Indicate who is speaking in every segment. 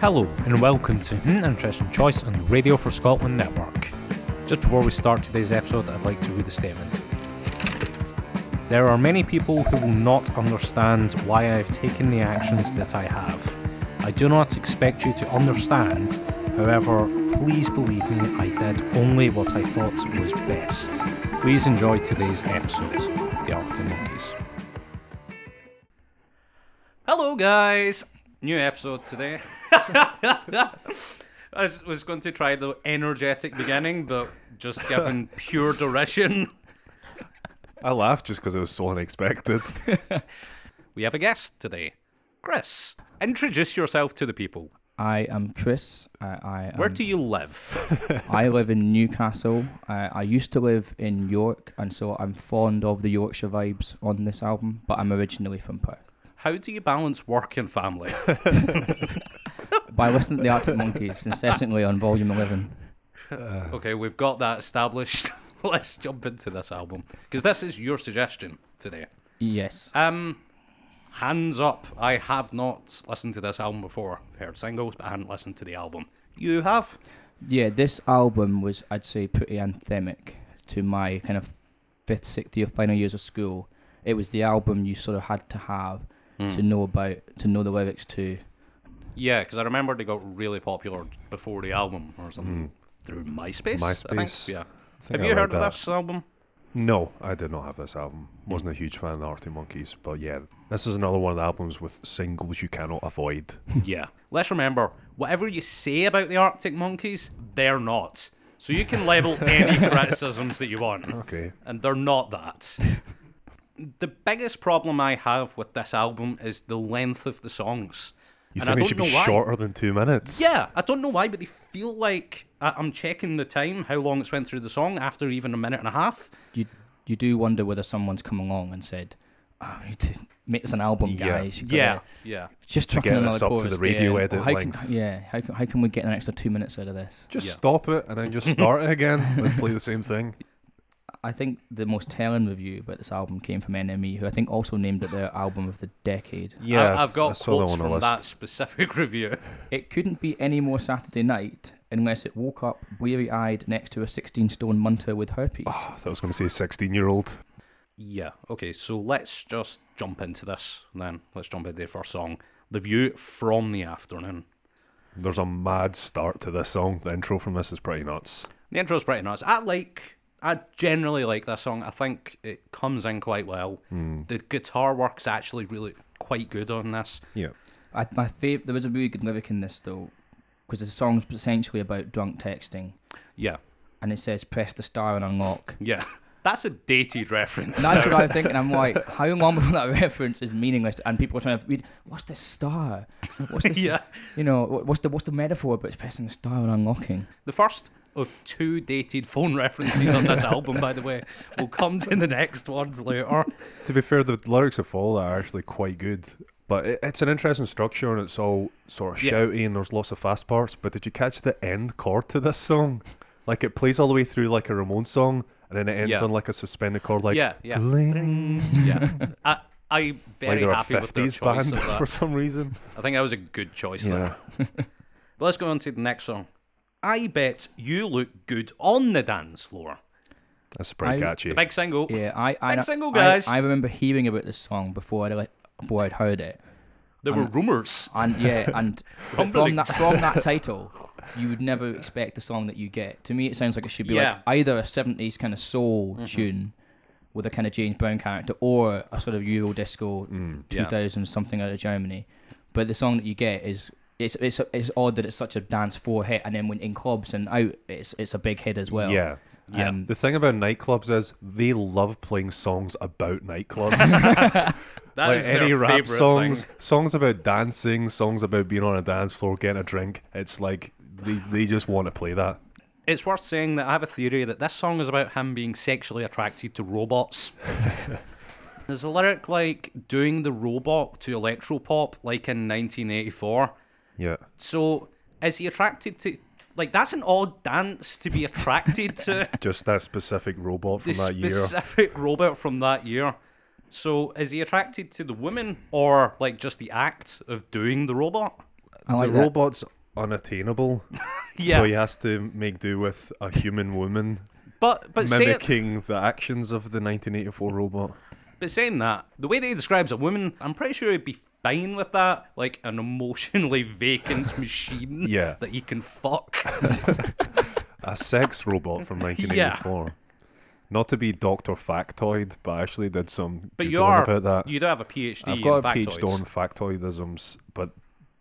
Speaker 1: Hello and welcome to Hmm Interesting Choice on the Radio for Scotland network. Just before we start today's episode, I'd like to read a statement. There are many people who will not understand why I have taken the actions that I have. I do not expect you to understand, however, please believe me, I did only what I thought was best. Please enjoy today's episode, The Arctic Monkeys. Hello, guys! New episode today. I was going to try the energetic beginning, but just given pure derision,
Speaker 2: I laughed just because it was so unexpected.
Speaker 1: we have a guest today, Chris. Introduce yourself to the people.
Speaker 3: I am Chris. I, I, am-
Speaker 1: Where do you live?
Speaker 3: I live in Newcastle. I, I used to live in York, and so I'm fond of the Yorkshire vibes on this album. But I'm originally from Perth.
Speaker 1: How do you balance work and family?
Speaker 3: By listening to the Arctic Monkeys incessantly on Volume 11.
Speaker 1: Okay, we've got that established. Let's jump into this album because this is your suggestion today.
Speaker 3: Yes,
Speaker 1: Um, hands up. I have not listened to this album before. I've heard singles, but I hadn't listened to the album. You have?
Speaker 3: yeah. This album was, I'd say, pretty anthemic to my kind of fifth, sixth year, final years of school. It was the album you sort of had to have to know about, to know the lyrics to.
Speaker 1: Yeah, because I remember they got really popular before the album or something through MySpace. I think.
Speaker 2: MySpace.
Speaker 1: Yeah.
Speaker 2: think
Speaker 1: have
Speaker 2: I
Speaker 1: you
Speaker 2: read
Speaker 1: heard
Speaker 2: that.
Speaker 1: of this album?
Speaker 2: no, I did not have this album. Wasn't a huge fan of the Arctic Monkeys, but yeah, this is another one of the albums with singles you cannot avoid.
Speaker 1: yeah. Let's remember, whatever you say about the Arctic Monkeys, they're not. So you can level any criticisms that you want.
Speaker 2: Okay.
Speaker 1: and they're not that. the biggest problem I have with this album is the length of the songs.
Speaker 2: You
Speaker 1: and I don't
Speaker 2: think it should
Speaker 1: know
Speaker 2: be
Speaker 1: why.
Speaker 2: shorter than two minutes?
Speaker 1: Yeah, I don't know why, but they feel like I- I'm checking the time, how long it's went through the song after even a minute and a half.
Speaker 3: you you do wonder whether someone's come along and said, "Oh, we need to make this an album,
Speaker 2: Yeah.
Speaker 3: guys." You've
Speaker 1: Yeah,
Speaker 3: gotta-
Speaker 1: yeah.
Speaker 3: just chucking
Speaker 2: get
Speaker 3: another
Speaker 2: this up to
Speaker 3: chorus
Speaker 2: the radio
Speaker 3: there.
Speaker 2: edit
Speaker 3: how can-
Speaker 2: length.
Speaker 3: yeah, how can, how can we get an extra two minutes out of this?
Speaker 2: Just
Speaker 1: Yeah.
Speaker 2: stop it and then just start it again and play the same thing.
Speaker 3: I think the most telling review about this album came from NME, who I think also named it their album of the decade.
Speaker 1: I- I've got quotes from that specific review.
Speaker 3: It couldn't be any more Saturday night unless it woke up weary-eyed next to a 16-stone munter with herpes.
Speaker 2: I was going to say 16 year old.
Speaker 1: Yeah. Okay. So let's just jump into this then. Let's jump into the first song, "The View from the Afternoon."
Speaker 2: There's a mad start to this song. The intro from this is pretty nuts.
Speaker 1: The intro's pretty nice. I like. I generally like this song. I think it comes in quite well.
Speaker 2: Hmm.
Speaker 1: The guitar work's actually really quite good on this.
Speaker 2: Yeah.
Speaker 3: I, my fav- there was a really good lyric in this though, because the song's essentially about drunk texting,
Speaker 1: Yeah,
Speaker 3: and it says, "Press the star and unlock."
Speaker 1: yeah. That's a dated reference.
Speaker 3: And that's what I'm thinking. I'm like, how long before that reference is meaningless? And people are trying to read, what's the star? What's this?
Speaker 1: Yeah.
Speaker 3: You know, wh- what's the what's the metaphor? But it's pressing the star and unlocking.
Speaker 1: the first of two dated phone references on this album, by the way. We'll come to the next one later.
Speaker 2: To be fair, the lyrics of all that are actually quite good, but it, it's an interesting structure and it's all sort of
Speaker 1: Yeah.
Speaker 2: shouty and there's lots of fast parts. But did you catch the end chord to this song? Like it plays all the way through like a Ramon song, and then it ends
Speaker 1: Yeah.
Speaker 2: on like a suspended chord, like
Speaker 1: Yeah, yeah.
Speaker 2: "Dling,"
Speaker 1: Yeah, I, I'm
Speaker 2: like
Speaker 1: very
Speaker 2: they're a
Speaker 1: happy with their
Speaker 2: fifties
Speaker 1: choice
Speaker 2: band
Speaker 1: of that.
Speaker 2: for some reason.
Speaker 1: I think that was a good choice there.
Speaker 2: Yeah,
Speaker 1: But let's go on to the next song. I bet you look good on the dance floor.
Speaker 2: that's pretty
Speaker 3: I-
Speaker 2: catchy.
Speaker 1: The big single.
Speaker 3: Yeah, I I,
Speaker 1: Big single,
Speaker 3: I-
Speaker 1: guys.
Speaker 3: I, remember hearing about this song before I like before I'd heard it,
Speaker 1: There were rumors.
Speaker 3: and yeah, and from that
Speaker 1: Rumblings.
Speaker 3: from that title, you would never expect the song that you get. To me, it sounds like it should be
Speaker 1: Yeah. Mm-hmm.
Speaker 3: like either a '70s kind of soul tune. With a kind of James Brown character, or a sort of Euro disco
Speaker 1: Mm, yeah.
Speaker 3: 2000 something out of Germany. But the song that you get is it's it's it's odd that it's such a dance floor hit, and then when in clubs and out, it's it's a big hit as well.
Speaker 2: yeah.
Speaker 1: Yeah.
Speaker 3: Um,
Speaker 2: The thing about nightclubs is they love playing songs about nightclubs.
Speaker 1: That
Speaker 2: like
Speaker 1: is
Speaker 2: any
Speaker 1: their
Speaker 2: rap
Speaker 1: favorite
Speaker 2: songs,
Speaker 1: Thing.
Speaker 2: songs about dancing, songs about being on a dance floor, getting a drink. It's like they, they just want to play that.
Speaker 1: It's worth saying that I have a theory that this song is about him being sexually attracted to robots. There's a lyric like doing the robot to electropop, like in 1984.
Speaker 2: Yeah.
Speaker 1: So is he attracted to? Like that's an odd dance to be attracted to.
Speaker 2: Just that specific robot from
Speaker 1: the
Speaker 2: that year.
Speaker 1: specific robot from that year. So is he attracted to the woman or like just the act of doing the robot?
Speaker 3: I like
Speaker 2: the
Speaker 3: that.
Speaker 2: robot's unattainable,
Speaker 4: yeah,
Speaker 2: so he has to make do with a human woman
Speaker 4: but but saying,
Speaker 2: mimicking the actions of the 1984 robot.
Speaker 4: but saying that the way that he describes a woman, I'm pretty sure he'd be fine with that, like an emotionally vacant machine
Speaker 2: Yeah.
Speaker 4: that he can fuck.
Speaker 2: A sex robot from 1984. Not to be Doctor Factoid, but I actually did some
Speaker 4: But
Speaker 2: Googling
Speaker 4: you are
Speaker 2: about that.
Speaker 4: you do have a PhD.
Speaker 2: I've got
Speaker 4: in
Speaker 2: a page
Speaker 4: uh, factoids.
Speaker 2: on factoidisms, but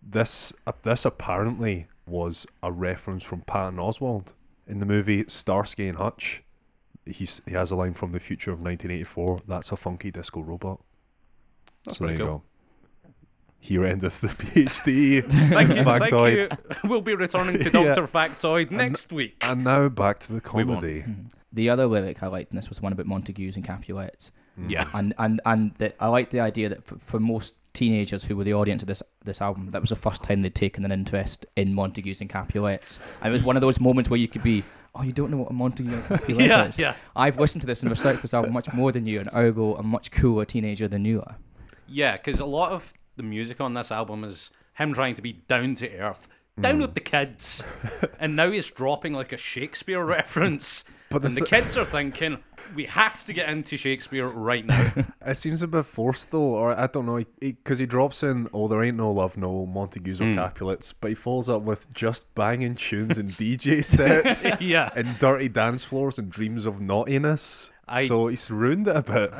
Speaker 2: this uh, this apparently was a reference from Patton Oswald in the movie Starsky and Hutch. He's, he has a line from the future of 1984. That's a funky disco robot.
Speaker 4: That's
Speaker 2: so there
Speaker 4: pretty
Speaker 2: you
Speaker 4: cool.
Speaker 2: go. Here endeth the PhD.
Speaker 4: Thank you,
Speaker 2: Factoid.
Speaker 4: thank you. We'll be returning to
Speaker 2: Yeah.
Speaker 4: Doctor Factoid next week.
Speaker 2: and now back to the
Speaker 4: We won.
Speaker 2: comedy.
Speaker 3: The other lyric I liked in this was one about Montagues and Capulets,
Speaker 4: yeah,
Speaker 3: and and and that I liked the idea that for, for most teenagers who were the audience of this this album, that was the first time they'd taken an interest in Montagues and Capulets, and it was one of those moments where you could be, oh, you don't know what a Montague and a Capulet
Speaker 4: yeah,
Speaker 3: is.
Speaker 4: yeah,
Speaker 3: I've listened to this and researched this album much more than you, and ergo, a much cooler teenager than you are.
Speaker 4: yeah. Because a lot of the music on this album is him trying to be down to earth, down
Speaker 2: Hmm.
Speaker 4: with the kids, and now he's dropping like a Shakespeare reference.
Speaker 2: But the
Speaker 4: and the
Speaker 2: thi-
Speaker 4: kids are thinking, we have to get into Shakespeare right now.
Speaker 2: It seems a bit forced though, or I don't know, because he, 'cause he drops in, oh, there ain't no love, no Montagues
Speaker 4: Hmm.
Speaker 2: or Capulets, but he follows up with just banging tunes and DJ sets,
Speaker 4: Yeah.
Speaker 2: and dirty dance floors and dreams of naughtiness.
Speaker 4: I-
Speaker 2: So he's ruined it a bit.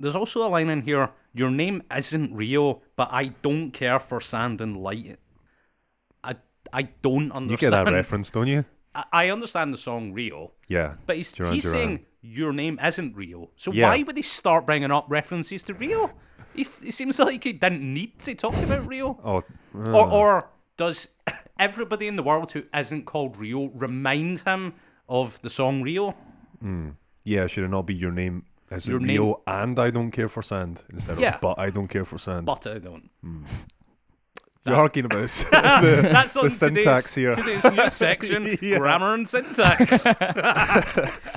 Speaker 4: There's also a line in here Your name isn't Rio, but I don't care for sand and light. I, I don't understand.
Speaker 2: You get that reference, don't you?
Speaker 4: I, I understand the song Rio,
Speaker 2: Yeah,
Speaker 4: but he's,
Speaker 2: Duran
Speaker 4: he's
Speaker 2: Duran.
Speaker 4: saying Your name isn't Rio. So
Speaker 2: Yeah.
Speaker 4: why would he start bringing up references to Rio? He, f- it seems like he didn't need to talk about Rio.
Speaker 2: Oh,
Speaker 4: Or, or does everybody in the world who isn't called Rio remind him of the song Rio?
Speaker 2: yeah, should it not be your name? Is
Speaker 4: Your
Speaker 2: it Rio and I don't care for sand instead
Speaker 4: Yeah.
Speaker 2: of but I don't care for sand?
Speaker 4: But I don't.
Speaker 2: You're arguing about s-
Speaker 4: That's on
Speaker 2: syntax here.
Speaker 4: today's, today's new section,
Speaker 2: Yeah.
Speaker 4: grammar and syntax.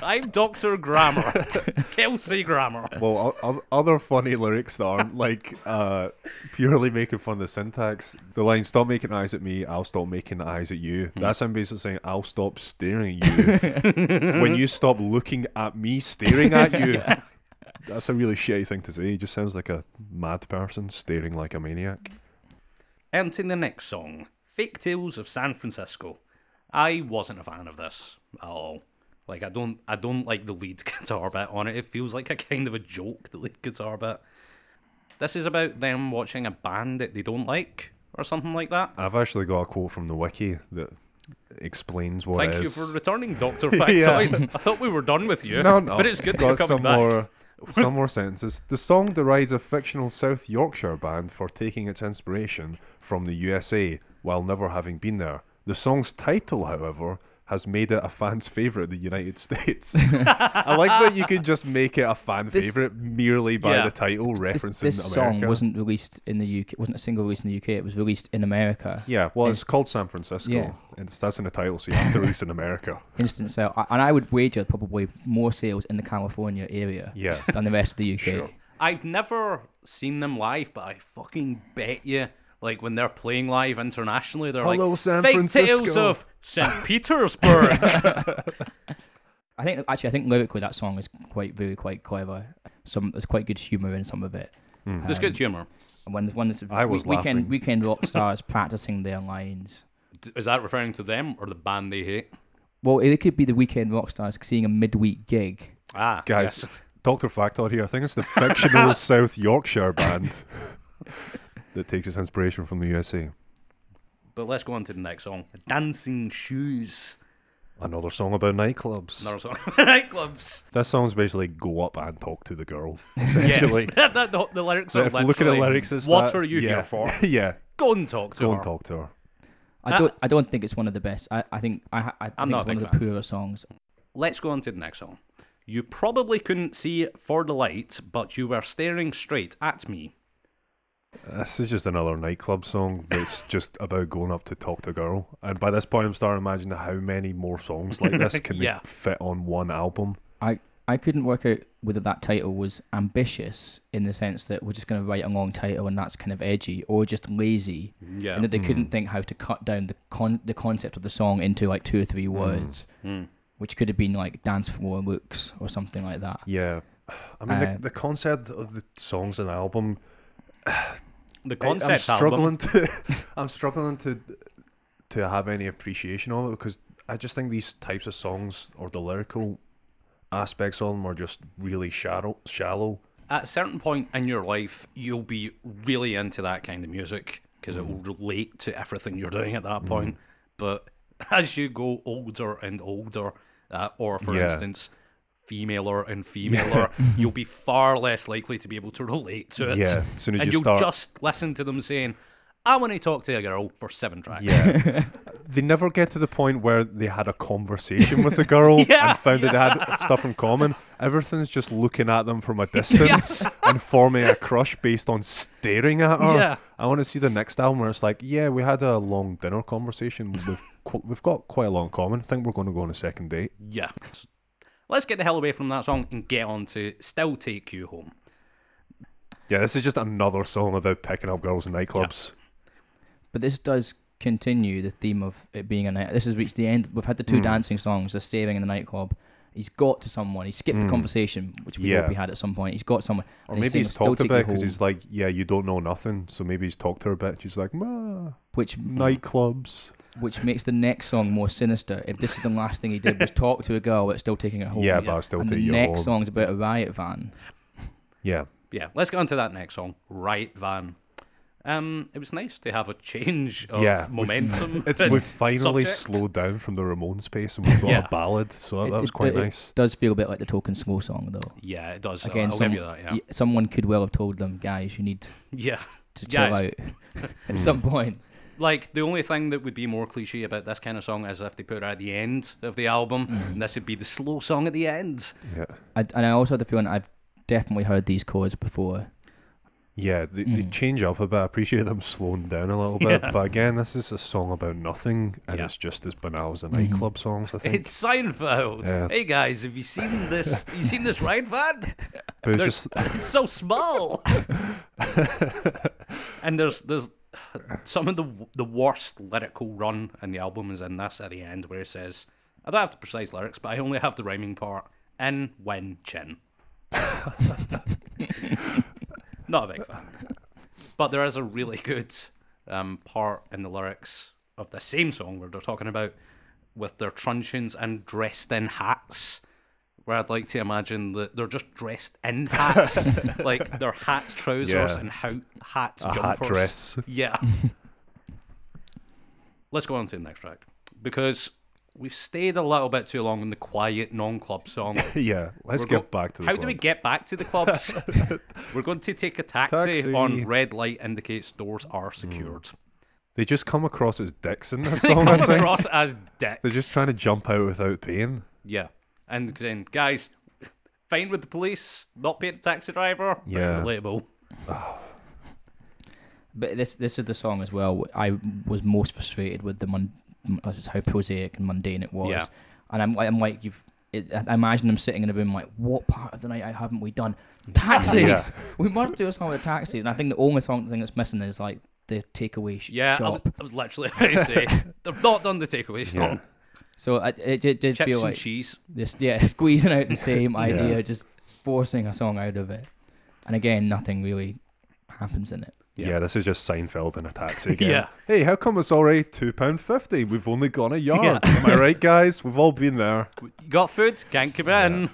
Speaker 4: I'm Doctor Grammar, Kelsey Grammar.
Speaker 2: Well, o- o- other funny lyrics that aren't like uh, purely making fun of the syntax. The line "Stop making eyes at me, I'll stop making eyes at you."
Speaker 4: Hmm.
Speaker 2: That's him basically saying, "I'll stop staring at you when you stop looking at me staring at you." That's a really shitty thing to say. He just sounds like a mad person staring like a maniac.
Speaker 4: And in the next song, Fake Tales of San Francisco. I wasn't a fan of this at all. Like I don't I don't like the lead guitar bit on it. It feels like a kind of a joke, the lead guitar bit. This is about them watching a band that they don't like or something like that.
Speaker 2: I've actually got a quote from the wiki that explains what
Speaker 4: Thank
Speaker 2: it
Speaker 4: you
Speaker 2: is.
Speaker 4: for returning, Doctor Factoid. I thought we were done with you.
Speaker 2: No, no.
Speaker 4: But it's good that
Speaker 2: Got
Speaker 4: you're coming
Speaker 2: some
Speaker 4: back.
Speaker 2: More, some more sentences. The song derides a fictional South Yorkshire band for taking its inspiration from the USA while never having been there. The song's title, however, has made it a fan's favourite in the United States. I like that you could just make it a fan
Speaker 3: This-
Speaker 2: favourite merely by
Speaker 4: Yeah.
Speaker 2: the title
Speaker 3: This,
Speaker 2: referencing
Speaker 3: this
Speaker 2: America.
Speaker 3: song wasn't released in the UK. wasn't a single released in the UK. It was released in America.
Speaker 2: yeah, well,
Speaker 3: it's-
Speaker 2: it's called San Francisco.
Speaker 3: Yeah.
Speaker 2: And it's, that's in the title, so you have to release in America.
Speaker 3: instant sale, I- and I would wager probably more sales in the California area
Speaker 2: Yeah.
Speaker 3: than the rest of the UK.
Speaker 2: Sure.
Speaker 4: I've never seen them live, but I fucking bet you, like when they're playing live internationally, they're
Speaker 2: Hello,
Speaker 4: like
Speaker 2: San
Speaker 4: fake tales
Speaker 2: Francisco."
Speaker 4: of St. Petersburg.
Speaker 3: I think actually, I think lyrically that song is quite really quite clever. Some there's quite good humor in some of it.
Speaker 4: There's good humor.
Speaker 3: And when when there's
Speaker 2: Hmm. I was
Speaker 3: we- weekend
Speaker 2: laughing.
Speaker 3: weekend rock stars practicing their lines.
Speaker 4: D- Is that referring to them or the band they hate?
Speaker 3: Well, it could be the weekend rock stars seeing a midweek gig.
Speaker 4: Ah,
Speaker 2: Guys,
Speaker 4: yes.
Speaker 2: Dr. Factoid here. I think it's the fictional South Yorkshire band that takes its inspiration from the USA.
Speaker 4: But let's go on to the next song, "Dancing Shoes."
Speaker 2: Another song about nightclubs.
Speaker 4: Another song, nightclubs.
Speaker 2: This song's basically go up and talk to the girl.
Speaker 4: Yes,
Speaker 2: Essentially.
Speaker 4: that, that- the, the lyrics are
Speaker 2: If you look at the
Speaker 4: literally,
Speaker 2: lyrics, it's
Speaker 4: what
Speaker 2: that-
Speaker 4: are you
Speaker 2: yeah,
Speaker 4: here for?
Speaker 2: yeah,
Speaker 4: Go and talk to
Speaker 2: go
Speaker 4: her.
Speaker 2: and talk to her.
Speaker 3: I don't I don't think it's one of the best. I, I think I, ha- I think
Speaker 4: not a
Speaker 3: it's one
Speaker 4: big
Speaker 3: of the
Speaker 4: fan.
Speaker 3: poorer songs.
Speaker 4: Let's go on to the next song. You probably couldn't see for the light, but you were staring straight at me.
Speaker 2: This is just another nightclub song that's just about going up to talk to a girl. And by this point, I'm starting to imagine how many more songs like this can
Speaker 4: Yeah.
Speaker 2: they fit on one album.
Speaker 3: I I couldn't work out whether that title was ambitious in the sense that we're just going to write a long title and that's kind of edgy, or just lazy,
Speaker 4: Yeah.
Speaker 3: and that they
Speaker 2: Hmm.
Speaker 3: couldn't think how to cut down the con- the concept of the song into like two or three
Speaker 2: Hmm.
Speaker 3: words,
Speaker 4: Hmm.
Speaker 3: which could have been like dance floor looks or something like that.
Speaker 2: Yeah. I mean,
Speaker 3: Uh,
Speaker 2: the, the concept of the songs and album.
Speaker 4: the
Speaker 2: I-
Speaker 4: concept
Speaker 2: I'm struggling
Speaker 4: album.
Speaker 2: to. I'm struggling to to have any appreciation of it because I just think these types of songs or the lyrical aspects of them are just really shallow. Shallow.
Speaker 4: At a certain point in your life, you'll be really into that kind of music because it will relate to everything you're doing at that point.
Speaker 2: Hmm.
Speaker 4: But as you go older and older, uh, or for
Speaker 2: Yeah.
Speaker 4: instance, femaler and femaler, you'll be far less likely to be able to relate to it.
Speaker 2: Yeah, as soon as
Speaker 4: and
Speaker 2: you
Speaker 4: will
Speaker 2: start-
Speaker 4: just listen to them saying, "I want to talk to a girl for seven tracks."
Speaker 2: Yeah. they never get to the point where they had a conversation with the girl
Speaker 4: Yeah,
Speaker 2: and found that they had stuff in common. Everything's just looking at them from a distance and forming a crush based on staring at her.
Speaker 4: Yeah.
Speaker 2: I want to see the next album where it's like, yeah, we had a long dinner conversation. We've, qu- we've got quite a lot in common. I think we're going to go on a second date.
Speaker 4: Yeah. Let's get the hell away from that song and get on to Still Take You Home.
Speaker 2: Yeah, this is just another song about picking up girls in nightclubs.
Speaker 3: But this does continue the theme of it being a night. This has reached the end. We've had the
Speaker 2: Hmm.
Speaker 3: two dancing songs, the saving in the nightclub. He's got to someone. He skipped the conversation, which we
Speaker 2: Hmm. Yeah.
Speaker 3: hope he had at some point. He's got someone.
Speaker 2: Or
Speaker 3: and he's
Speaker 2: maybe
Speaker 3: saying,
Speaker 2: he's
Speaker 3: "Still
Speaker 2: talked
Speaker 3: take
Speaker 2: about
Speaker 3: you
Speaker 2: it because
Speaker 3: home,"
Speaker 2: he's like, yeah, you don't know nothing. So maybe he's talked to her a bit. She's like,
Speaker 4: Mm.
Speaker 2: "Ma,
Speaker 3: which
Speaker 2: nightclubs.
Speaker 3: which makes the next song more sinister. If this is the last thing he did was talk to a girl, it's still taking it
Speaker 4: Oh,
Speaker 3: home.
Speaker 2: Yeah, but I'll still
Speaker 3: and
Speaker 2: take
Speaker 3: the
Speaker 2: you
Speaker 3: next
Speaker 2: home.
Speaker 3: song's about a riot van.
Speaker 2: Yeah.
Speaker 4: Yeah, let's get on to that next song, Right Van. Um, it was nice to have a change of
Speaker 2: Yeah, we've-
Speaker 4: momentum.
Speaker 2: It's,
Speaker 4: and
Speaker 2: we've finally
Speaker 4: subject.
Speaker 2: slowed down from the Ramon space and we've got
Speaker 4: Yeah.
Speaker 2: a ballad, so Oh, that,
Speaker 3: It-
Speaker 2: that was
Speaker 3: it-
Speaker 2: quite
Speaker 3: it
Speaker 2: nice.
Speaker 3: Does feel a bit like the Token Slow song though.
Speaker 4: Yeah, it does.
Speaker 3: Again,
Speaker 4: I'll
Speaker 3: some-
Speaker 4: give you that. Yeah,
Speaker 3: y- someone could well have told them, guys, you need
Speaker 4: yeah,
Speaker 3: to chill
Speaker 4: Yeah, it's-
Speaker 3: out
Speaker 2: Hmm.
Speaker 3: at some point.
Speaker 4: Like the only thing that would be more cliche about this kind of song is if they put it at the end of the album,
Speaker 2: Mm-hmm.
Speaker 4: and this would be the slow song at the end.
Speaker 2: Yeah,
Speaker 3: I, and I also had the feeling I've definitely heard these chords before.
Speaker 2: yeah, they, they
Speaker 4: Mm.
Speaker 2: change up a bit. I appreciate them slowing down a little bit, but again, this is a song about nothing, and
Speaker 4: Yeah. Mm-hmm.
Speaker 2: it's just as banal as the nightclub songs. I think,
Speaker 4: It's Seinfeld.
Speaker 2: Yeah.
Speaker 4: Hey guys, have you seen this? you seen this Right Van?
Speaker 2: but it's just
Speaker 4: It's so small. and there's there's some of the the worst lyrical run in the album is in this at the end where it says, I don't have the precise lyrics, but I only have the rhyming part in when chin. Not a big fan. But there is a really good um, part in the lyrics of the same song where they're talking about with their truncheons and dressed in hats. Where I'd like to imagine that they're just dressed in hats, like their hats, trousers,
Speaker 2: Yeah.
Speaker 4: and how, hats,
Speaker 2: a hat
Speaker 4: jumpers.
Speaker 2: dress.
Speaker 4: Yeah. Let's go on to the next track because we've stayed a little bit too long in the quiet non-club song.
Speaker 2: Yeah, let's
Speaker 4: We're go-
Speaker 2: get back to the
Speaker 4: How do we
Speaker 2: club.
Speaker 4: get back to the clubs? We're going to take a taxi,
Speaker 2: Taxi. Hmm.
Speaker 4: on red light indicates doors are secured.
Speaker 2: They just come across as dicks in this
Speaker 4: They
Speaker 2: song. I
Speaker 4: come
Speaker 2: think
Speaker 4: across as dicks.
Speaker 2: they're just trying to jump out without paying.
Speaker 4: yeah, and then guys, fine with the police, not paying the taxi driver. Very
Speaker 2: Yeah.
Speaker 4: relatable.
Speaker 3: But this this is the song as well. I was most frustrated with the mun- this is how prosaic and mundane it was.
Speaker 4: Yeah.
Speaker 3: And I'm like I'm like you've. It, I imagine them sitting in a room like, what part of the night haven't we done? Taxis.
Speaker 2: Yeah.
Speaker 3: We must do a song with taxis. And I think the only song thing that's missing is like the takeaway sh-
Speaker 4: Yeah, I
Speaker 3: shop.
Speaker 4: was, I was literally going to say they've not done the takeaway song.
Speaker 3: So I, it, it did
Speaker 4: Chips
Speaker 3: feel
Speaker 4: and
Speaker 3: like
Speaker 4: cheese.
Speaker 3: this yeah squeezing out the same idea just forcing a song out of it and again nothing really happens in it
Speaker 4: Yeah.
Speaker 2: Yeah. this is just Seinfeld in a taxi again.
Speaker 4: Yeah.
Speaker 2: Hey, how come it's already two pound fifty? We've only gone a yard. Am I right, guys? We've all been there.
Speaker 4: You got food, can't come in.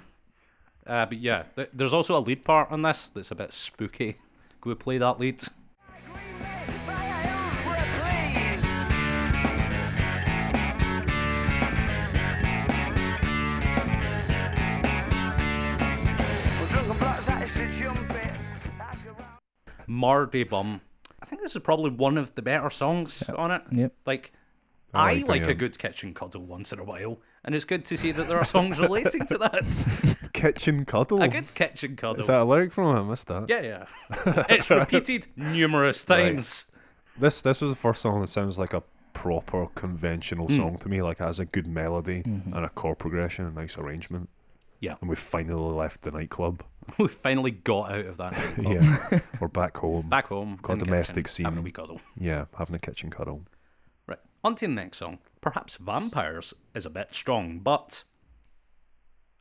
Speaker 4: Uh, but yeah, th- there's also a lead part on this that's a bit spooky. Can we play that lead? Mardy Bum. I think this is probably one of the better songs on it.
Speaker 3: yep
Speaker 4: Like,
Speaker 2: I
Speaker 4: I
Speaker 2: like
Speaker 4: like,
Speaker 2: the,
Speaker 4: a
Speaker 2: um,
Speaker 4: good kitchen cuddle once in a while, and it's good to see that there are songs relating to that.
Speaker 2: Kitchen cuddle.
Speaker 4: A good kitchen cuddle.
Speaker 2: Is that a lyric from him? I missed that.
Speaker 4: Yeah, yeah. it's repeated numerous times.
Speaker 2: This this was the first song that sounds like a
Speaker 4: Mm.
Speaker 2: proper conventional song to me. Like it has a good melody and a chord progression, a nice arrangement.
Speaker 4: Yeah.
Speaker 2: and we finally left the nightclub.
Speaker 4: we finally got out of that. nightclub.
Speaker 2: Yeah, we're back home.
Speaker 4: Back home.
Speaker 2: Got
Speaker 4: in the
Speaker 2: domestic
Speaker 4: kitchen, Having a
Speaker 2: scene.
Speaker 4: wee cuddle.
Speaker 2: Yeah, having a kitchen cuddle.
Speaker 4: Right. On to the next song. Perhaps vampires is a bit strong, but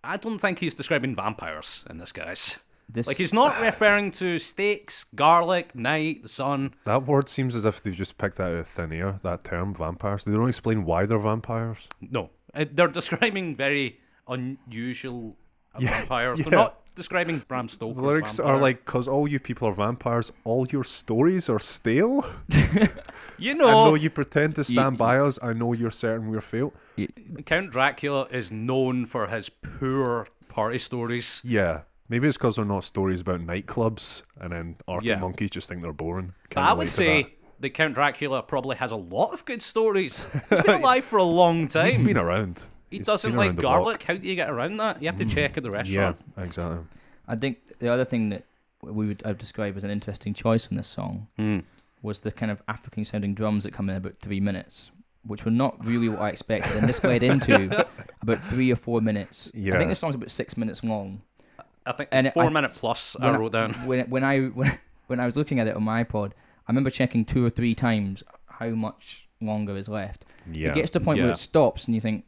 Speaker 4: I don't think he's describing vampires in this, guys.
Speaker 3: This-
Speaker 4: Like he's not referring to steaks, garlic, night, the sun.
Speaker 2: That word seems as if they've just picked that out of thin air. That term, vampires. They don't explain why they're vampires.
Speaker 4: No, Uh, they're describing very unusual uh, vampires. They're
Speaker 2: yeah.
Speaker 4: not describing Bram Stoker's
Speaker 2: The lyrics
Speaker 4: vampire.
Speaker 2: are like, "Cause all you people are vampires. All your stories are stale.
Speaker 4: you
Speaker 2: And
Speaker 4: know,
Speaker 2: though you pretend to stand by us, I know you're certain we're failed."
Speaker 4: Count Dracula is known for his poor party stories.
Speaker 2: Yeah. Maybe it's because they're not stories about nightclubs, and then Arctic
Speaker 4: Yeah.
Speaker 2: monkeys just think they're boring.
Speaker 4: But
Speaker 2: Kinda
Speaker 4: I
Speaker 2: relate
Speaker 4: would
Speaker 2: to
Speaker 4: say
Speaker 2: that.
Speaker 4: that. Count Dracula probably has a lot of good stories. He's been alive for a long time.
Speaker 2: he's been around.
Speaker 4: He
Speaker 2: He's
Speaker 4: doesn't
Speaker 2: been
Speaker 4: like
Speaker 2: around the block. Mm,
Speaker 4: garlic. How do you get around that? You have to check at the
Speaker 2: Yeah,
Speaker 4: restaurant.
Speaker 2: exactly.
Speaker 3: I think the other thing that we would I would describe as an interesting choice in this song was the kind of African sounding drums that come in about three minutes, which were not really what I expected, and this played into about three or four minutes. I
Speaker 2: Yeah.
Speaker 3: think this song's about six minutes long.
Speaker 4: I think
Speaker 3: And
Speaker 4: it's four
Speaker 3: I-
Speaker 4: minute plus.
Speaker 3: When
Speaker 4: I wrote down.
Speaker 3: when when I when, when I was looking at it on my iPod, I remember checking two or three times how much longer is left.
Speaker 2: Yeah.
Speaker 3: It gets to the point
Speaker 4: Yeah.
Speaker 3: where it stops, and you think.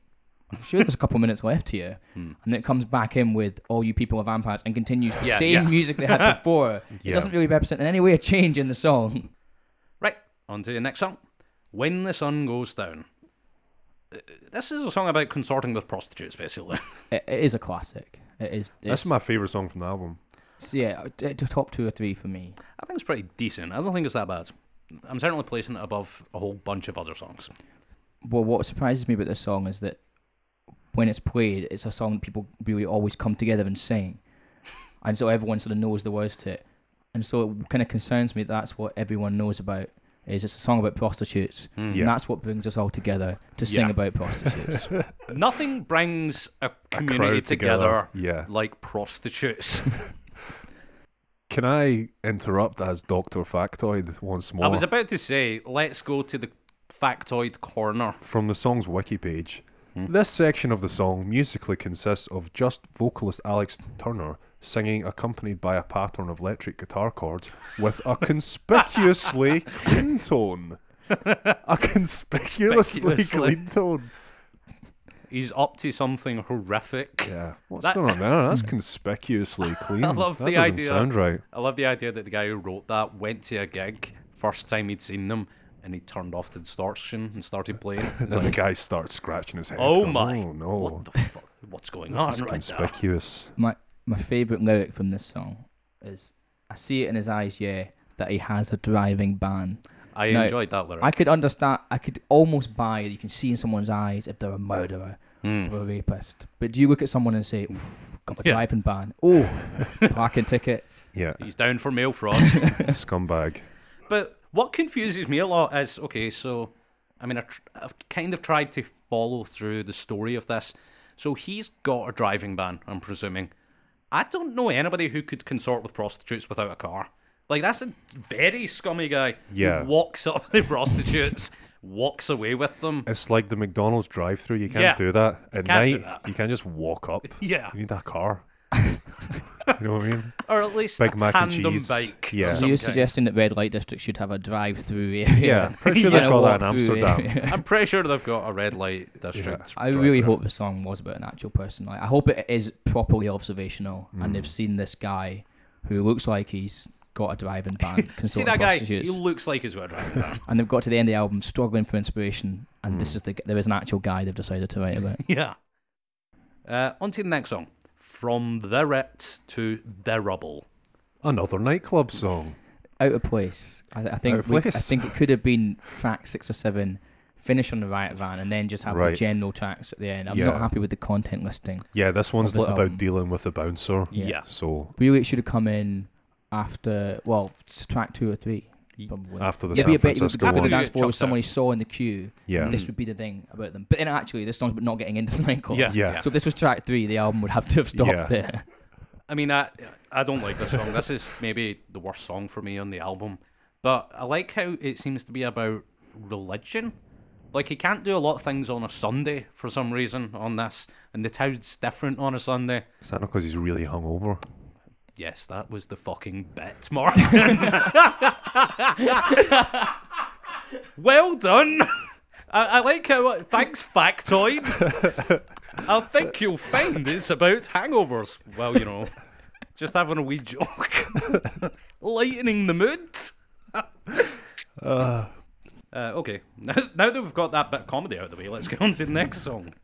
Speaker 3: I'm sure there's a couple minutes left here,
Speaker 4: Hmm.
Speaker 3: and then it comes back in with "All you people are vampires" and continues the
Speaker 4: Yeah,
Speaker 3: same
Speaker 4: yeah.
Speaker 3: music they had before. It
Speaker 2: Yeah.
Speaker 3: doesn't really represent in any way a change in the song.
Speaker 4: Right, on to the next song. When the Sun Goes Down. Uh, This is a song about consorting with prostitutes, basically.
Speaker 3: It, it is a classic. It is.
Speaker 2: That's
Speaker 3: It's,
Speaker 2: my favorite song from the album.
Speaker 3: it's- yeah, t- t- top two or three for me.
Speaker 4: I think it's pretty decent. I don't think it's that bad. I'm certainly placing it above a whole bunch of other songs.
Speaker 3: Well, what surprises me about this song is that when it's played, it's a song that people really always come together and sing, and so everyone sort of knows the words to it, and so it kind of concerns me that that's what everyone knows about. Is it's a song about prostitutes,
Speaker 2: Yeah.
Speaker 3: and that's what brings us all together to sing
Speaker 4: Yeah.
Speaker 3: about prostitutes.
Speaker 4: Nothing brings a community
Speaker 2: crowd together,
Speaker 4: together,
Speaker 2: yeah.
Speaker 4: like prostitutes.
Speaker 2: Can I interrupt as Doctor Factoid once more?
Speaker 4: I was about to say, let's go to the factoid corner.
Speaker 2: from the song's wiki page.
Speaker 4: Hmm.
Speaker 2: This section of the song musically consists of just vocalist Alex Turner singing accompanied by a pattern of electric guitar chords with a conspicuously clean tone. A conspicuously,
Speaker 4: Conspicuously.
Speaker 2: clean tone.
Speaker 4: He's up to something horrific.
Speaker 2: Yeah. What's
Speaker 4: That-
Speaker 2: going on there? That's conspicuously clean.
Speaker 4: I love
Speaker 2: that
Speaker 4: the
Speaker 2: doesn't
Speaker 4: idea.
Speaker 2: sound right.
Speaker 4: I love the idea that the guy who wrote that went to a gig first time he'd seen them, and he turned off the distortion and started playing. It's
Speaker 2: Then
Speaker 4: like,
Speaker 2: the guy starts scratching his head.
Speaker 4: oh
Speaker 2: going,
Speaker 4: my!
Speaker 2: Oh no.
Speaker 4: What the fuck? What's going on
Speaker 2: It's
Speaker 4: right now?
Speaker 2: conspicuous.
Speaker 3: my my favorite lyric from this song is I see it in his eyes, yeah, that he has a driving ban.
Speaker 4: I
Speaker 3: Now,
Speaker 4: enjoyed that lyric.
Speaker 3: I could understand. I could almost buy that you can see in someone's eyes if they're a murderer or a rapist. But do you look at someone and say, "Oof, "Got a
Speaker 4: Yeah.
Speaker 3: driving ban"? Oh, parking ticket.
Speaker 2: Yeah.
Speaker 4: He's down for mail fraud.
Speaker 2: Scumbag.
Speaker 4: but what confuses me a lot is okay, so I mean, I tr- I've kind of tried to follow through the story of this. So he's got a driving ban, I'm presuming. I don't know anybody who could consort with prostitutes without a car. Like that's a very scummy guy.
Speaker 2: Yeah.
Speaker 4: Who walks up the prostitutes, walks away with them.
Speaker 2: It's like the McDonald's drive-through. You can't
Speaker 4: Yeah.
Speaker 2: do that at
Speaker 4: Can't
Speaker 2: night.
Speaker 4: do that.
Speaker 2: You can't just walk up.
Speaker 4: Yeah.
Speaker 2: you need a car. you know what I mean?
Speaker 4: Or at least
Speaker 2: Big
Speaker 4: a
Speaker 2: mac and
Speaker 4: tandem
Speaker 2: cheese.
Speaker 4: bike.
Speaker 2: Yeah.
Speaker 4: of
Speaker 3: So
Speaker 4: some
Speaker 3: you're
Speaker 4: kind.
Speaker 3: suggesting that red light districts should have a drive-through area?
Speaker 2: Yeah, pretty sure
Speaker 3: and
Speaker 2: they've
Speaker 3: a
Speaker 2: got that in
Speaker 3: walk-through
Speaker 2: Amsterdam.
Speaker 3: area.
Speaker 4: I'm pretty sure they've got a red light district.
Speaker 3: I really hope the song was about an actual person. Like, I hope it is properly observational, and they've seen this guy who looks like he's got a driving ban,
Speaker 4: See
Speaker 3: consulting
Speaker 4: that guy? He
Speaker 3: prostitutes,
Speaker 4: looks like he's got a driving ban.
Speaker 3: and they've got to the end of the album struggling for inspiration, and this is the g- there is an actual guy they've decided to write about.
Speaker 4: yeah. Uh, on to the next song. From the Ritz to the Rubble.
Speaker 2: Another nightclub song.
Speaker 3: Out of place. I, th- I
Speaker 2: Out
Speaker 3: think
Speaker 2: of
Speaker 3: we- I
Speaker 2: place.
Speaker 3: think it could have been track six or seven. Finish on the right van, and then just have the
Speaker 2: Right.
Speaker 3: general tracks at the end. I'm
Speaker 2: Yeah.
Speaker 3: not happy with the content listing.
Speaker 2: Yeah, this one's
Speaker 3: this
Speaker 2: li-
Speaker 3: album.
Speaker 2: about dealing with the bouncer.
Speaker 4: Yeah.
Speaker 2: So
Speaker 3: Really, it should have come in after well, s- track two or three. Probably.
Speaker 2: after the
Speaker 3: Yeah, but
Speaker 2: San
Speaker 3: you bet you
Speaker 2: Francisco
Speaker 3: after the
Speaker 2: one,
Speaker 4: Absolutely.
Speaker 3: dance floor was
Speaker 4: Chucked
Speaker 3: someone
Speaker 4: out.
Speaker 3: he saw in the queue.
Speaker 2: Yeah.
Speaker 3: This would be the thing about them. But then actually, this song's not getting into the nightclub.
Speaker 4: Yeah.
Speaker 2: Yeah.
Speaker 3: So if this was track three, the album would have to have stopped
Speaker 2: Yeah.
Speaker 3: there.
Speaker 4: I mean, I I don't like this song. This is maybe the worst song for me on the album. But I like how it seems to be about religion. Like he can't do a lot of things on a Sunday for some reason on this, and the town's different on a Sunday.
Speaker 2: Is that not because he's really hungover?
Speaker 4: Yes, that was the fucking bit, Martin. well done. I, I like how. Thanks, factoid. I think you'll find it's about hangovers. Well, you know, just having a wee joke, lightening the mood. Uh, okay, now, now that we've got that bit of comedy out of the way, let's go on to the next song.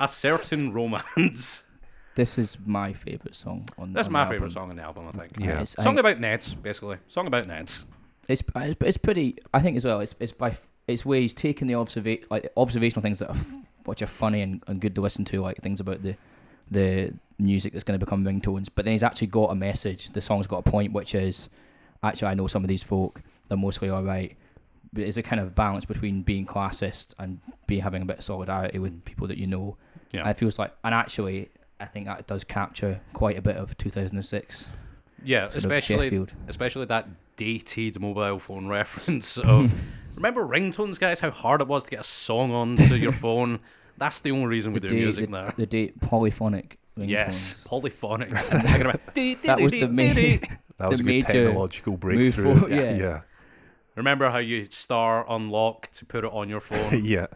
Speaker 4: A certain romance.
Speaker 3: This is my favorite song on.
Speaker 4: That's
Speaker 3: on
Speaker 4: my
Speaker 3: the
Speaker 4: favourite
Speaker 3: album.
Speaker 4: song on the album, I think.
Speaker 2: Yeah.
Speaker 3: It's, I
Speaker 4: Song
Speaker 3: think
Speaker 4: about Neds, basically. Song about Neds.
Speaker 3: it's, uh, it's it's pretty. I think as well. It's it's by f- it's where he's taking the observa- like observational things that are f- which are funny and, and good to listen to, like things about the the music that's going to become ringtones. But then he's actually got a message. The song's got a point, which is actually I know some of these folk. They're mostly all right. But it's a kind of balance between being classist and being having a bit of solidarity with people that you know.
Speaker 4: Yeah.
Speaker 3: And it feels like, and actually, I think that does capture quite a bit of 2006.
Speaker 4: Yeah,
Speaker 3: sort of
Speaker 4: especially
Speaker 3: Sheffield.
Speaker 4: especially that dated mobile phone reference of remember ringtones, guys? How hard it was to get a song onto your phone. That's the only reason we do
Speaker 3: date-
Speaker 4: music
Speaker 3: the,
Speaker 4: now.
Speaker 3: the date polyphonic. Ringtones.
Speaker 4: Yes, polyphonics. I'm talking about
Speaker 3: That was the main.
Speaker 2: That was
Speaker 3: The
Speaker 2: a good
Speaker 3: major
Speaker 2: technological breakthrough.
Speaker 3: forward,
Speaker 2: yeah.
Speaker 3: yeah.
Speaker 2: Yeah.
Speaker 4: Remember how you star unlock to put it on your phone?
Speaker 2: yeah.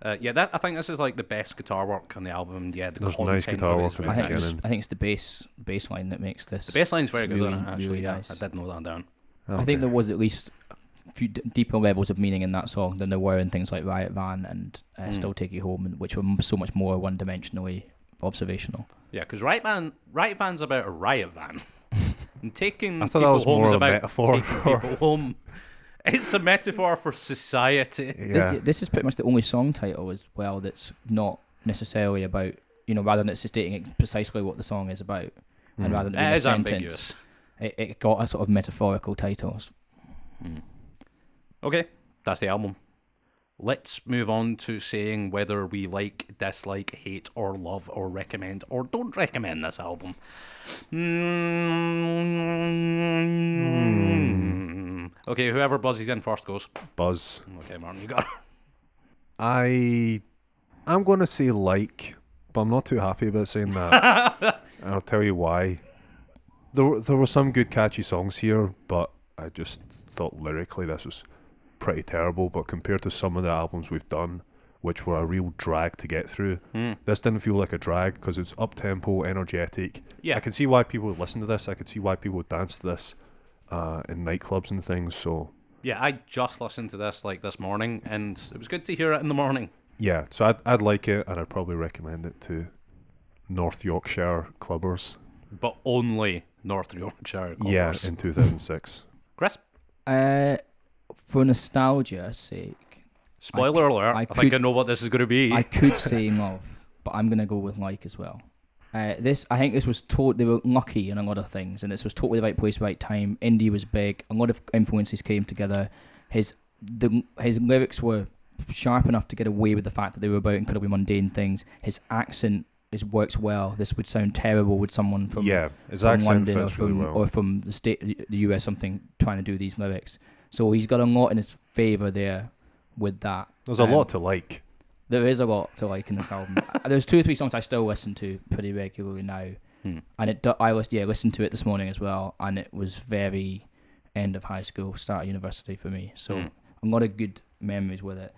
Speaker 4: Uh, yeah, that I think this is like the best guitar work on the album. Yeah, the
Speaker 2: There's nice
Speaker 4: content
Speaker 2: guitar
Speaker 4: of it
Speaker 2: work
Speaker 4: is
Speaker 2: in
Speaker 4: very
Speaker 3: I think,
Speaker 4: nice.
Speaker 3: it's,
Speaker 2: Again.
Speaker 3: I think it's the bass bass line that makes this.
Speaker 4: The bass line's very
Speaker 3: It's
Speaker 4: good on
Speaker 3: really,
Speaker 4: it, actually.
Speaker 3: really
Speaker 4: yeah,
Speaker 3: nice.
Speaker 4: I did know that down.
Speaker 3: I think there was at least a few d- deeper levels of meaning in that song than there were in things like Riot Van and uh,
Speaker 4: Mm.
Speaker 3: Still Take You Home, and which were m- so much more one dimensionally observational.
Speaker 4: Yeah, because right man, right van's about a riot van, and taking
Speaker 2: I thought that
Speaker 4: people
Speaker 2: was
Speaker 4: home
Speaker 2: more
Speaker 4: is
Speaker 2: of a
Speaker 4: about
Speaker 2: metaphor
Speaker 4: taking
Speaker 2: for-
Speaker 4: people home. It's a metaphor for society.
Speaker 2: Yeah.
Speaker 3: This, this is pretty much the only song title as well that's not necessarily about you know rather than it's stating ex- precisely what the song is about, and rather than being
Speaker 4: It
Speaker 3: a
Speaker 4: is
Speaker 3: sentence,
Speaker 4: ambiguous.
Speaker 3: It, it got a sort of metaphorical title.
Speaker 4: Okay, that's the album. Let's move on to saying whether we like, dislike, hate, or love, or recommend, or don't recommend this album. Mm. Okay, whoever buzzes in first goes.
Speaker 2: Buzz.
Speaker 4: Okay, Martin, you got it.
Speaker 2: I I'm gonna say like, but I'm not too happy about saying that. and I'll tell you why. There were- there were some good catchy songs here, but I just thought lyrically this was pretty terrible. But compared to some of the albums we've done, which were a real drag to get through, this didn't feel like a drag because it's up tempo, energetic.
Speaker 4: Yeah.
Speaker 2: I can see why people would listen to this. I could see why people would dance to this uh, in nightclubs and things. So
Speaker 4: Yeah, I just listened to this like this morning, and it was good to hear it in the morning.
Speaker 2: Yeah, so I'd, I'd like it, and I'd probably recommend it to North Yorkshire clubbers.
Speaker 4: But only North Yorkshire. Of
Speaker 2: Yeah,
Speaker 4: course.
Speaker 2: in 2006.
Speaker 4: Chris.
Speaker 3: Uh, for nostalgia's sake,
Speaker 4: Spoiler alert!
Speaker 3: I
Speaker 4: I,
Speaker 3: could-
Speaker 4: think I know what this is going to be.
Speaker 3: I could say love, but I'm gonna go with like as well. Uh, this I think this was totally they were lucky in a lot of things, and this was totally the right place, right time. Indie was big. A lot of influences came together. His the his lyrics were sharp enough to get away with the fact that they were about incredibly mundane things. His accent is works well. This would sound terrible with someone from
Speaker 2: yeah, his
Speaker 3: from
Speaker 2: accent
Speaker 3: London or
Speaker 2: fits
Speaker 3: from,
Speaker 2: really well.
Speaker 3: or from the state, the US, something trying to do these lyrics. So he's got a lot in his favor there with that.
Speaker 2: There's a
Speaker 3: Um,
Speaker 2: lot to like.
Speaker 3: There is a lot to like in this album. Uh, There's two or three songs I still listen to pretty regularly now,
Speaker 4: Hmm.
Speaker 3: and it do- I was yeah listened to it this morning as well, and it was very end of high school, start of university for me. So
Speaker 4: Hmm.
Speaker 3: a lot of good memories with it.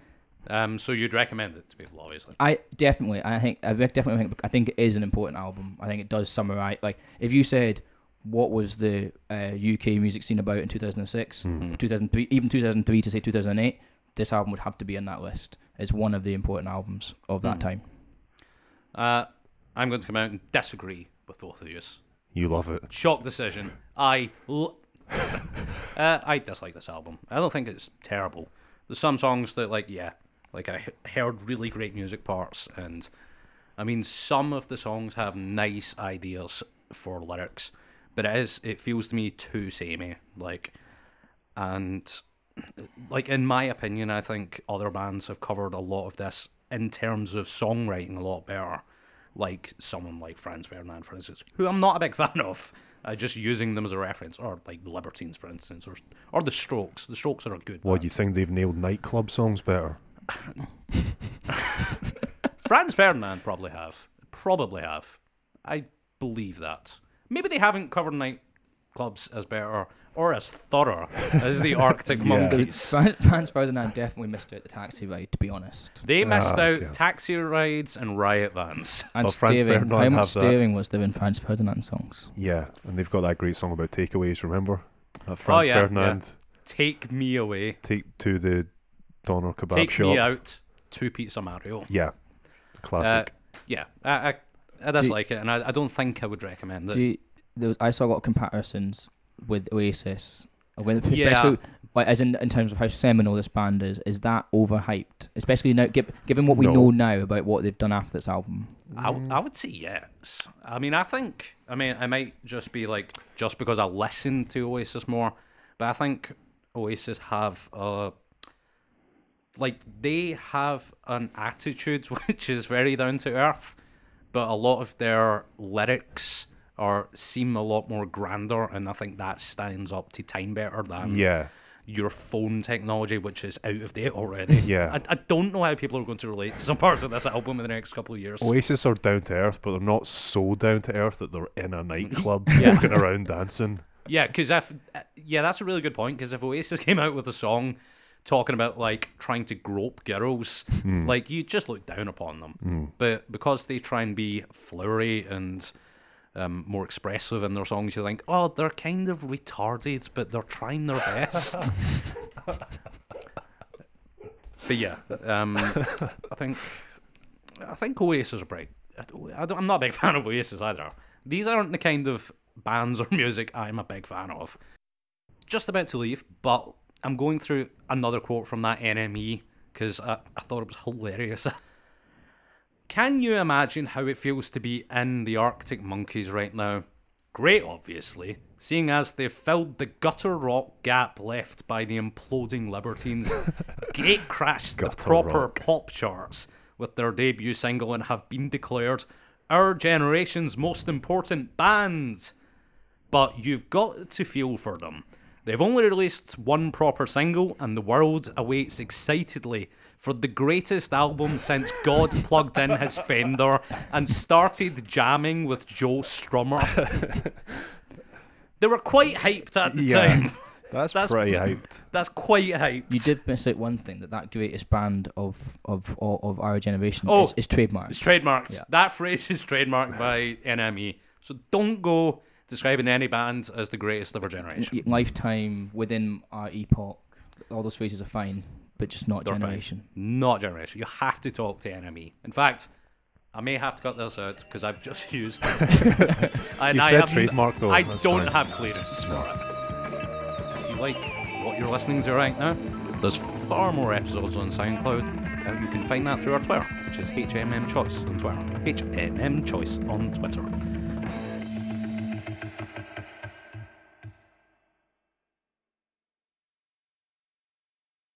Speaker 4: Um, so you'd recommend it to people, obviously.
Speaker 3: I definitely, I think, I rec- definitely think, I think it is an important album. I think it does summarize. Like, if you said, what was the uh, UK music scene about in 2006,
Speaker 2: Hmm.
Speaker 3: 2003, even 2003 to say 2008, this album would have to be in that list. It's one of the important albums of that time.
Speaker 4: Uh, I'm going to come out and disagree with both of you.
Speaker 2: You love it.
Speaker 4: Shock decision. I l- uh, I dislike this album. I don't think it's terrible. There's some songs that like yeah, like I he- heard really great music parts, and I mean some of the songs have nice ideas for lyrics, but it is it feels to me too samey. Like, and uh, like in my opinion, I think other bands have covered a lot of this in terms of songwriting a lot better. Like someone like Franz Ferdinand, for instance, who I'm not a big fan of. Uh, just using them as a reference, or like the Libertines, for instance, or or the Strokes. The Strokes are a good.
Speaker 2: What,
Speaker 4: band.
Speaker 2: you think they've nailed nightclub songs better?
Speaker 4: Franz Ferdinand probably have. Probably have. I believe that. Maybe they haven't covered nightclubs as better or as thorough as the Arctic Monkeys.
Speaker 3: Franz Ferdinand definitely missed out the taxi ride, to be honest.
Speaker 4: They missed
Speaker 2: Ah,
Speaker 4: out
Speaker 2: yeah.
Speaker 4: taxi rides and riot vans.
Speaker 3: And
Speaker 2: But Franz
Speaker 3: steering.
Speaker 2: Ferdinand
Speaker 3: How much
Speaker 2: have that.
Speaker 3: steering was there in Franz Ferdinand songs?
Speaker 2: Yeah, and they've got that great song about takeaways. Remember, that Franz
Speaker 4: yeah, yeah.
Speaker 2: Ferdinand
Speaker 4: Take me away.
Speaker 2: take to the Donner kebab
Speaker 4: Take
Speaker 2: shop.
Speaker 4: me out to Pizza Mario.
Speaker 2: Yeah,
Speaker 4: Uh,
Speaker 2: classic.
Speaker 4: yeah, I, I, I dislike it, and I, I don't think I would recommend it.
Speaker 3: Do you, there was, I saw a lot of comparisons with Oasis. With,
Speaker 4: Yeah.
Speaker 3: especially, like, as in, in terms of how seminal this band is, is that overhyped? Especially now, gi- given what we
Speaker 2: No.
Speaker 3: know now about what they've done after this album.
Speaker 4: I, w-
Speaker 2: Mm.
Speaker 4: I would say yes. I mean, I think, I mean, I might just be like, just because I listen to Oasis more, but I think Oasis have a, like, they have an attitude which is very down to earth, but a lot of their lyrics are seem a lot more grander, and I think that stands up to time better than
Speaker 2: yeah,
Speaker 4: your phone technology, which is out of date already.
Speaker 2: Yeah.
Speaker 4: I, I don't know how people are going to relate to some parts of this album in the next couple of years.
Speaker 2: Oasis are down to earth, but they're not so down to earth that they're in a nightclub walking around dancing.
Speaker 4: Yeah, because if uh, yeah, that's a really good point. Because if Oasis came out with a song talking about like trying to grope girls, like you just look down upon them.
Speaker 2: Hmm.
Speaker 4: But because they try and be flowery and um, more expressive in their songs, you think, oh, they're kind of retarded, but they're trying their best. but yeah, um, I think I think Oasis are bright. I don't, I'm not a big fan of Oasis either. These aren't the kind of bands or music I'm a big fan of. Just about to leave, but I'm going through another quote from that NME because I, I thought it was hilarious. Can you imagine how it feels to be in the Arctic Monkeys right now? Great, obviously, seeing as they've filled the gutter rock gap left by the imploding Libertines, gate crashed the
Speaker 2: Gutter
Speaker 4: proper
Speaker 2: rock.
Speaker 4: pop charts with their debut single and have been declared our generation's most important bands but you've got to feel for them. They've only released one proper single, and the world awaits excitedly for the greatest album since God plugged in his Fender and started jamming with Joe Strummer. they were quite hyped at the
Speaker 2: Yeah.
Speaker 4: time.
Speaker 2: That's,
Speaker 4: That's-
Speaker 2: pretty hyped.
Speaker 4: That's quite hyped.
Speaker 3: You did miss out one thing that that greatest band of of of, of our generation
Speaker 4: Oh.
Speaker 3: is, is trademarked.
Speaker 4: It's trademarked.
Speaker 3: Yeah.
Speaker 4: That phrase is trademarked by NME. So don't go describing any band as the greatest of our generation.
Speaker 3: Y- Lifetime within our epoch, all those phrases are fine, but just not
Speaker 4: They're fine.
Speaker 3: generation.
Speaker 4: Not generation. You have to talk to NME. In fact, I may have to cut this out because I've just used it. and
Speaker 2: You said
Speaker 4: haven't-
Speaker 2: trademark, though.
Speaker 4: I
Speaker 2: That's
Speaker 4: don't
Speaker 2: fine.
Speaker 4: have clearance for it. If you like what you're listening to right now, there's far more episodes on SoundCloud. Uh, you can find that through our Twitter, which is HMM Choice on Twitter. HMM Choice on Twitter.